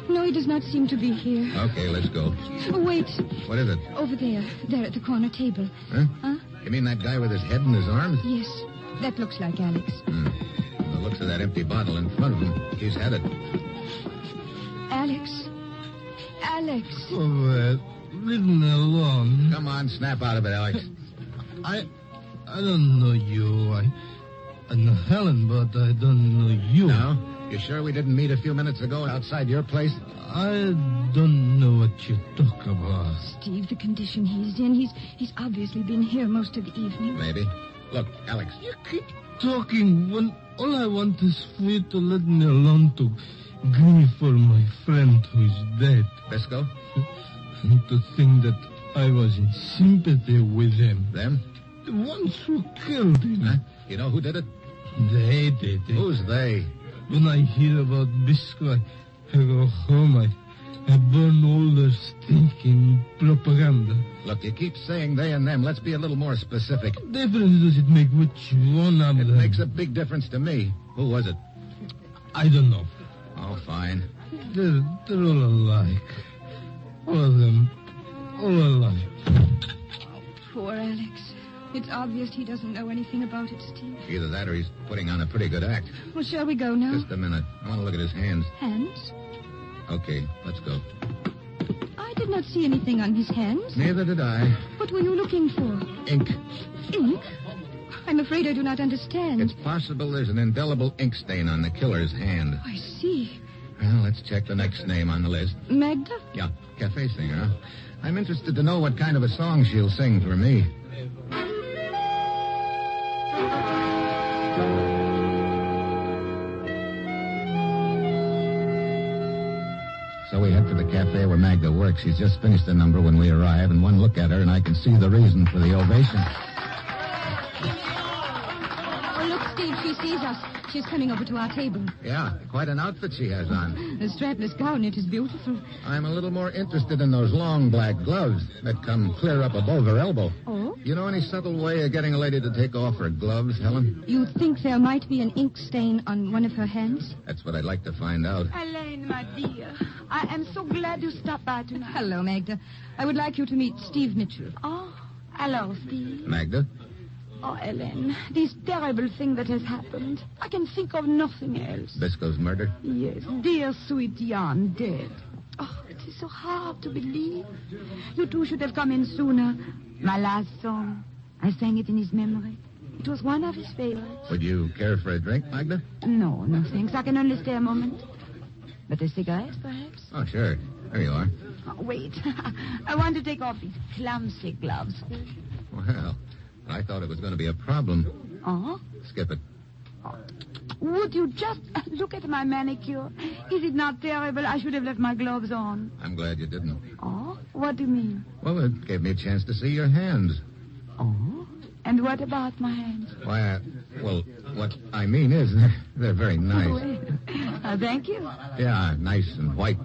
L: No, he does not seem to be here.
F: Okay, let's go.
L: Oh, wait.
F: What is it?
L: Over there. There at the corner table.
F: Huh? You mean that guy with his head in his arms?
L: Yes. That looks like Alex.
F: The looks of that empty bottle in front of him. He's had it.
L: Alex. Alex.
F: Oh, uh, leave me alone. Come on, snap out of it, Alex.
W: I I don't know you. I, I know Helen, but I don't know you.
F: No? You sure we didn't meet a few minutes ago outside your place?
W: I don't know what you talk about.
L: Steve, the condition he's in, he's he's obviously been here most of the evening.
F: Maybe. Look, Alex.
W: You keep talking when all I want is for you to let me alone to grieve for my friend who is dead.
F: Bisco?
W: And to think that I was in sympathy with him.
F: Them?
W: The ones who killed him.
F: You know who did it?
W: They did it.
F: Who's they?
W: When I hear about Bisco, I, I go home. I, I burn all their stinking propaganda.
F: Look, you keep saying they and them. Let's be a little more specific. It
W: Difference does it make what you want of them?
F: makes a big difference to me. Who was it?
W: I don't know.
F: Oh, fine.
W: They're, they're all alike. All of them. All alike.
L: Poor Alex. It's obvious he doesn't know anything about it, Steve.
F: Either that or he's putting on a pretty good act.
L: Well, shall we go now?
F: Just a minute. I want to look at his hands.
L: Hands?
F: Okay, let's go.
L: I did not see anything on his hands.
F: Neither did I.
L: What were you looking for?
F: Ink.
L: Ink? I'm afraid I do not understand.
F: It's possible there's an indelible ink stain on the killer's hand.
L: I see.
F: Well, let's check the next name on the list.
L: Magda?
F: Yeah, cafe singer, huh? I'm interested to know what kind of a song she'll sing for me. So we head for the cafe where Magda works. She's just finished the number when we arrive, and one look at her, and I can see the reason for the ovation.
L: Oh, look, Steve, she sees us. She's coming over to our table.
F: Yeah, quite an outfit she has on.
L: The strapless gown, it is beautiful.
F: I'm a little more interested in those long black gloves that come clear up above her elbow.
L: Oh?
F: You know any subtle way of getting a lady to take off her gloves, Helen?
L: You think there might be an ink stain on one of her hands?
F: That's what I'd like to find out.
X: Elaine, my dear, I am so glad you stopped by tonight.
L: Hello, Magda. I would like you to meet Steve Mitchell.
X: Oh, hello, Steve.
F: Magda?
X: Oh, Ellen, this terrible thing that has happened. I can think of nothing else.
F: Biscoe's murder?
X: Yes, dear sweet Jan, dead. Oh, it is so hard to believe. You two should have come in sooner. My last song, I sang it in his memory. It was one of his favorites.
F: Would you care for a drink, Magda?
X: No, no thanks. I can only stay a moment. But a cigarette, perhaps?
F: Oh, sure. There you are.
X: Oh, wait. I want to take off these clumsy gloves.
F: Well, I thought it was going to be a problem.
X: Oh?
F: Skip it.
X: Would you just uh, look at my manicure? Is it not terrible? I should have left my gloves on.
F: I'm glad you didn't.
X: Oh? What do you mean?
F: Well, it gave me a chance to see your hands.
X: Oh? And what about my hands?
F: Why, I, well, what I mean is they're very nice.
X: Uh, thank you.
F: Yeah, nice and white.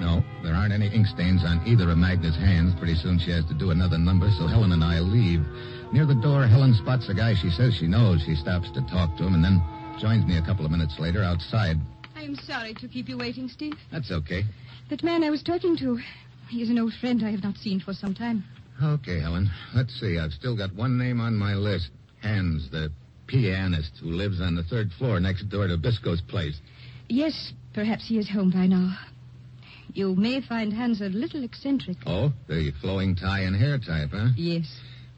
F: No, there aren't any ink stains on either of Magda's hands. Pretty soon she has to do another number, so Helen and I leave. Near the door, Helen spots a guy she says she knows. She stops to talk to him and then joins me a couple of minutes later outside.
L: I am sorry to keep you waiting, Steve.
F: That's okay.
L: That man I was talking to, he is an old friend I have not seen for some time.
F: Okay, Helen. Let's see. I've still got one name on my list Hans, the pianist who lives on the third floor next door to Bisco's place.
L: Yes, perhaps he is home by now. You may find Hans a little eccentric.
F: Oh, the flowing tie and hair type, huh?
L: Yes.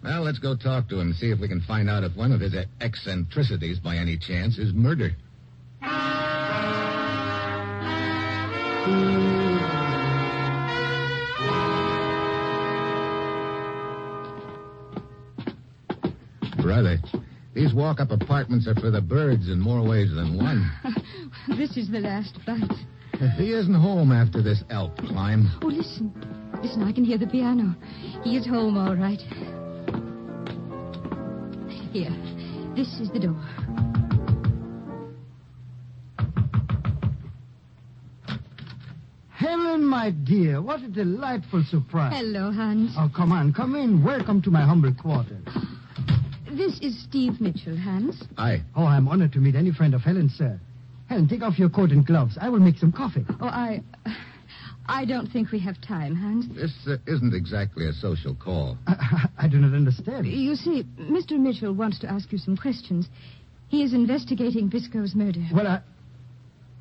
F: Well, let's go talk to him, see if we can find out if one of his eccentricities, by any chance, is murder. Brother, these walk up apartments are for the birds in more ways than one.
L: This is the last bite.
F: he isn't home after this elk climb.
L: Oh, listen. Listen, I can hear the piano. He is home, all right. Here. This is the door.
Y: Helen, my dear, what a delightful surprise.
L: Hello, Hans.
Y: Oh, come on, come in. Welcome to my humble quarters.
L: This is Steve Mitchell, Hans.
F: Aye.
Y: Oh, I'm honored to meet any friend of Helen, sir. Helen, take off your coat and gloves. I will make some coffee.
L: Oh, I. I don't think we have time, Hans.
F: This uh, isn't exactly a social call.
Y: I do not understand.
L: You see, Mr. Mitchell wants to ask you some questions. He is investigating Biscoe's murder.
Y: Well, I.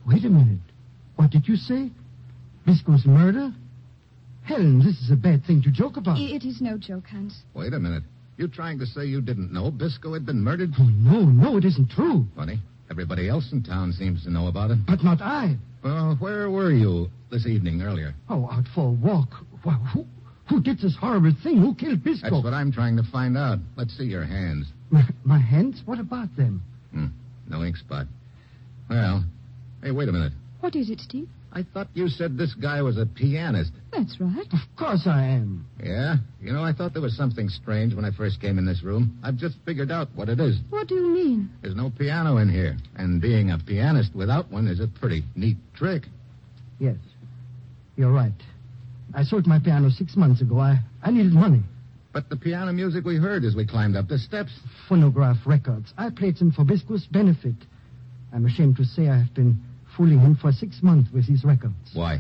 Y: Wait a minute. What did you say? Biscoe's murder? Helen, this is a bad thing to joke about.
L: It is no joke, Hans.
F: Wait a minute. You trying to say you didn't know Bisco had been murdered?
Y: Oh, no, no, it isn't true.
F: Funny. Everybody else in town seems to know about it.
Y: But not I.
F: Well, where were you this evening earlier?
Y: Oh, out for a walk. Why, who, who did this horrible thing? Who killed Bisco?
F: That's what I'm trying to find out. Let's see your hands.
Y: My, my hands? What about them?
F: Hmm, no ink spot. Well, hey, wait a minute.
L: What is it, Steve?
F: I thought you said this guy was a pianist.
L: That's right.
Y: Of course I am.
F: Yeah? You know, I thought there was something strange when I first came in this room. I've just figured out what it is.
L: What do you mean?
F: There's no piano in here, and being a pianist without one is a pretty neat trick.
Y: Yes. You're right. I sold my piano six months ago. I, I needed money.
F: But the piano music we heard as we climbed up the steps.
Y: Phonograph records. I played them for Bisco's benefit. I'm ashamed to say I have been fooling him for six months with these records.
F: Why?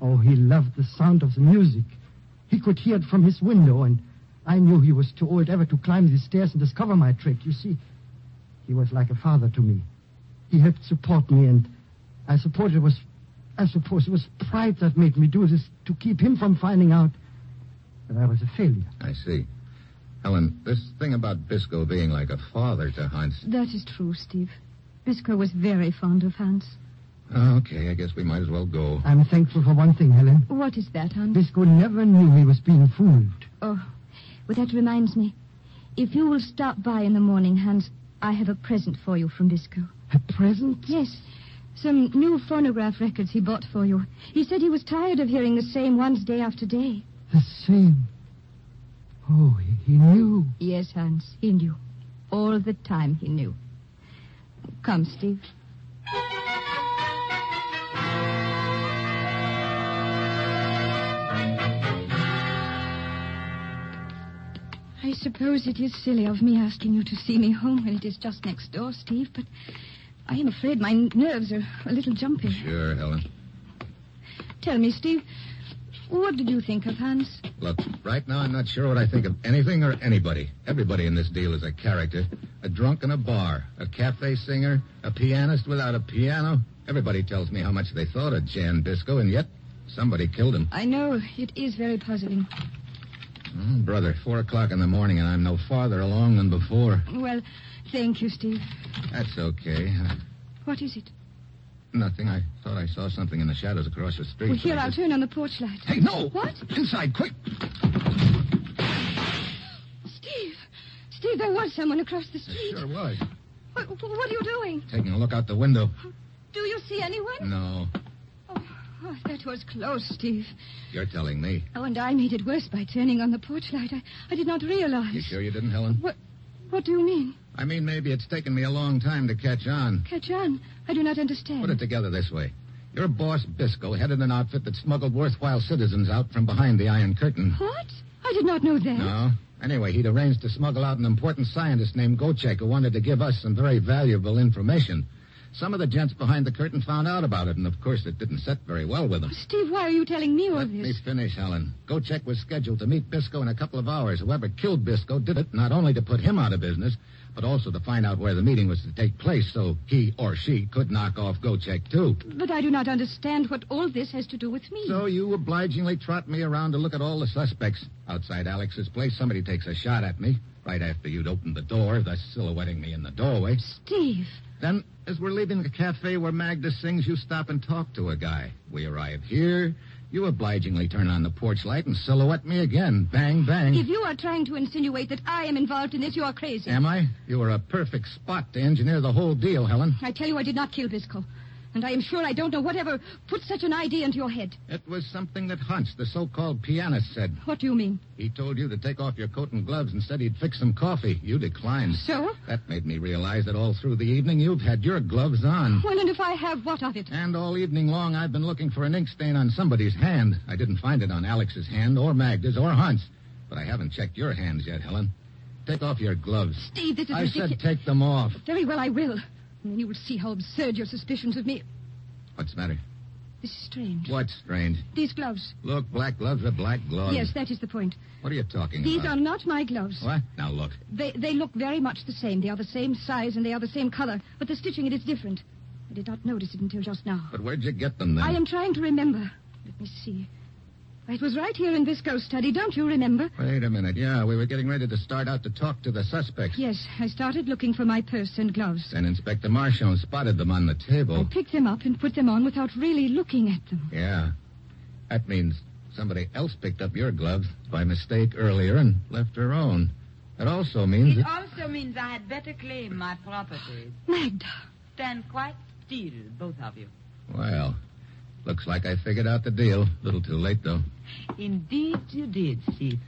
Y: Oh, he loved the sound of the music. He could hear it from his window, and I knew he was too old ever to climb these stairs and discover my trick. You see, he was like a father to me. He helped support me, and I suppose it was, I suppose it was pride that made me do this to keep him from finding out that I was a failure.
F: I see. Helen, this thing about Bisco being like a father to Hans.
L: That is true, Steve. Bisco was very fond of Hans.
F: Okay, I guess we might as well go.
Y: I'm thankful for one thing, Helen.
L: What is that, Hans?
Y: Bisco never knew he was being fooled.
L: Oh, well, that reminds me. If you will stop by in the morning, Hans, I have a present for you from Bisco.
Y: A present?
L: Yes. Some new phonograph records he bought for you. He said he was tired of hearing the same ones day after day.
Y: The same.
V: Oh, he, he knew.
L: Yes, Hans, he knew. All the time he knew. Come, Steve. I suppose it is silly of me asking you to see me home when it is just next door, Steve, but I am afraid my nerves are a little jumpy.
F: Sure, Helen.
L: Tell me, Steve, what did you think of Hans?
F: Look, right now I'm not sure what I think of anything or anybody. Everybody in this deal is a character. A drunk in a bar, a cafe singer, a pianist without a piano. Everybody tells me how much they thought of Jan Bisco, and yet somebody killed him.
L: I know it is very puzzling.
F: Mm, brother, four o'clock in the morning, and I'm no farther along than before.
L: Well, thank you, Steve.
F: That's okay. Uh,
L: What is it?
F: nothing. I thought I saw something in the shadows across the street.
L: well, here,
F: but I
L: I'll
F: just-
L: turn on the porch light.
F: Hey, no!
L: What?
F: Inside, quick!
L: Steve! Steve, there was someone across the street.
F: Sure was.
L: What, what are you doing?
F: Taking a look out the window.
L: Do you see anyone?
F: No,
L: Oh, that was close, Steve.
F: you're telling me.
L: Oh, and I made it worse by turning on the porch light. I, I did not realize.
F: You sure you didn't, Helen?
L: What, what do you mean?
F: I mean, maybe it's taken me a long time to catch on.
L: Catch on. I do not understand.
F: Put it together this way. Your boss, Bisco, headed an outfit that smuggled worthwhile citizens out from behind the Iron Curtain.
L: What? I did not know that.
F: No? Anyway, he'd arranged to smuggle out an important scientist named Gochek who wanted to give us some very valuable information. Some of the gents behind the curtain found out about it, and of course it didn't set very well with them.
L: Steve, why are you telling me all
F: Let
L: this?
F: me finish, Helen. Gochek was scheduled to meet Bisco in a couple of hours. Whoever killed Bisco did it not only to put him out of business, but also to find out where the meeting was to take place so he or she could knock off Gochek, too.
L: But I do not understand what all this has to do with me.
F: So you obligingly trot me around to look at all the suspects. Outside Alex's place, somebody takes a shot at me right after you'd opened the door, thus silhouetting me in the doorway.
L: Steve.
F: Then, as we're leaving the cafe where Magda sings, you stop and talk to a guy. We arrive here. You obligingly turn on the porch light and silhouette me again. Bang, bang.
L: If you are trying to insinuate that I am involved in this, you are crazy.
F: Am I? You were a perfect spot to engineer the whole deal, Helen.
L: I tell you, I did not kill Bisco. And I am sure I don't know whatever put such an idea into your head.
F: It was something that Hunts, the so-called pianist, said.
L: What do you mean?
F: He told you to take off your coat and gloves and said he'd fix some coffee. You declined.
L: So?
F: That made me realize that all through the evening you've had your gloves on.
L: Well, and if I have, what of it?
F: And all evening long I've been looking for an ink stain on somebody's hand. I didn't find it on Alex's hand or Magda's or Hunt's. But I haven't checked your hands yet, Helen. Take off your gloves.
L: Steve, this is
F: I
L: ridiculous.
F: said take them off.
L: Very well, I will. And then you will see how absurd your suspicions of me.
F: What's the matter?
L: This is strange.
F: What's strange?
L: These gloves.
F: Look, black gloves are black gloves.
L: Yes, that is the point.
F: What are you talking
L: These are
F: about?
L: not my gloves.
F: What? Now look.
L: They, they look very much the same. They are the same size and they are the same color, but the stitching it is different. I did not notice it until just now.
F: But where'd you get them then?
L: I am trying to remember. Let me see. It was right here in Visco's study. Don't you remember?
F: Wait a minute. Yeah, we were getting ready to start out to talk to the suspects.
L: Yes, I started looking for my purse and gloves.
F: Then Inspector Marchand spotted them on the
L: I
F: table.
L: picked them up and put them on without really looking at them.
F: Yeah. That means somebody else picked up your gloves by mistake earlier and left her own. That also means
C: It
F: that
C: also means I had better claim my property.
L: Magda.
C: Stand quite still, both of you.
F: Well, looks like I figured out the deal. A little too late, though.
C: Indeed, you did, Steve.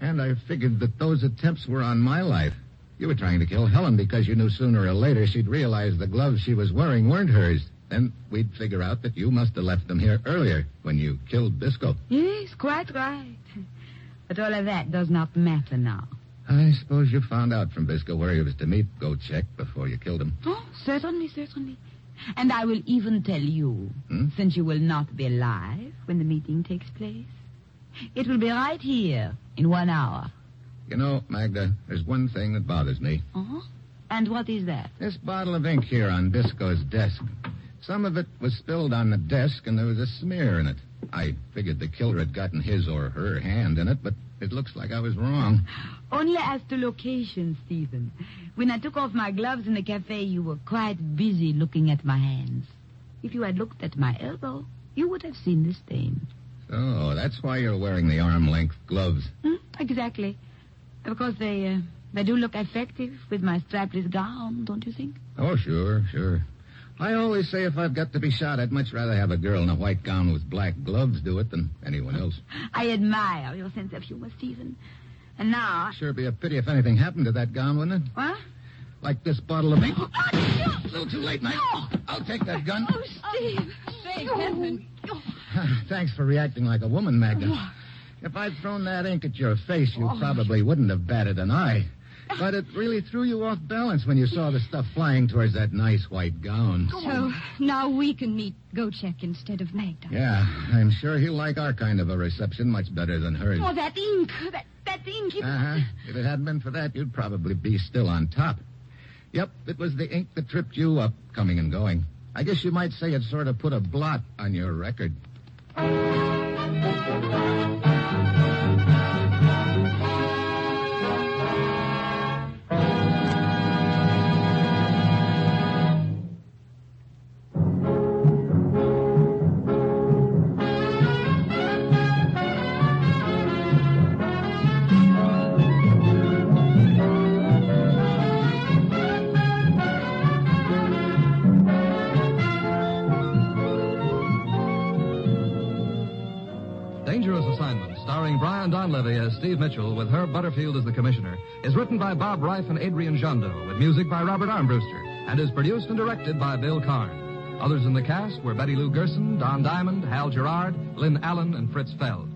F: And I figured that those attempts were on my life. You were trying to kill Helen because you knew sooner or later she'd realize the gloves she was wearing weren't hers. Then we'd figure out that you must have left them here earlier when you killed Bisco.
C: Yes, quite right. But all of that does not matter now.
F: I suppose you found out from Bisco where he was to meet. Go check before you killed him.
C: Oh, certainly, certainly. And I will even tell you,
F: Hmm?
C: since you will not be alive when the meeting takes place. It will be right here in one hour.
F: You know, Magda, there's one thing that bothers me.
C: Uh-huh. And what is that?
F: This bottle of ink here on Bisco's desk. Some of it was spilled on the desk, and there was a smear in it. I figured the killer had gotten his or her hand in it, but it looks like I was wrong.
C: Only as to location, Stephen. When I took off my gloves in the cafe, you were quite busy looking at my hands. If you had looked at my elbow, you would have seen the stain.
F: So Oh, that's why you're wearing the arm length gloves.
C: Hmm? Exactly. Because they, uh, they do look effective with my strapless gown, don't you think?
F: Oh, sure, sure. I always say if I've got to be shot, I'd much rather have a girl in a white gown with black gloves do it than anyone else.
C: I admire your sense of humor, Stephen. And now.
F: Sure be a pity if anything happened to that gown, wouldn't it?
C: What?
F: Like this bottle of ink.
C: A
F: little too late, Knight. I'll take that gun. Ah,
L: Oh, Steve. Thank heaven.
F: Thanks for reacting like a woman, Magda.
C: Oh.
F: If I'd thrown that ink at your face, you probably wouldn't have batted an eye. But it really threw you off balance when you saw the stuff flying towards that nice white gown.
L: So now we can meet Gochek instead of Magda.
F: Yeah, I'm sure he'll like our kind of a reception much better than hers.
L: Oh, that ink. That, that ink. It...
F: Uh-huh. If it hadn't been for that, you'd probably be still on top. Yep, it was the ink that tripped you up, coming and going. I guess you might say it sort of put a blot on your record.
T: Dangerous Assignment, starring Brian Donlevy as Steve Mitchell with Herb Butterfield as the commissioner, is written by Bob Reif and Adrian Jondo, with music by Robert Armbruster, and is produced and directed by Bill Karn. Others in the cast were Betty Lou Gerson, Don Diamond, Hal Gerard, Lynn Allen, and Fritz Feld.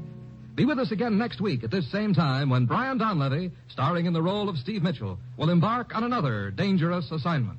T: Be with us again next week at this same time when Brian Donlevy, starring in the role of Steve Mitchell, will embark on another dangerous assignment.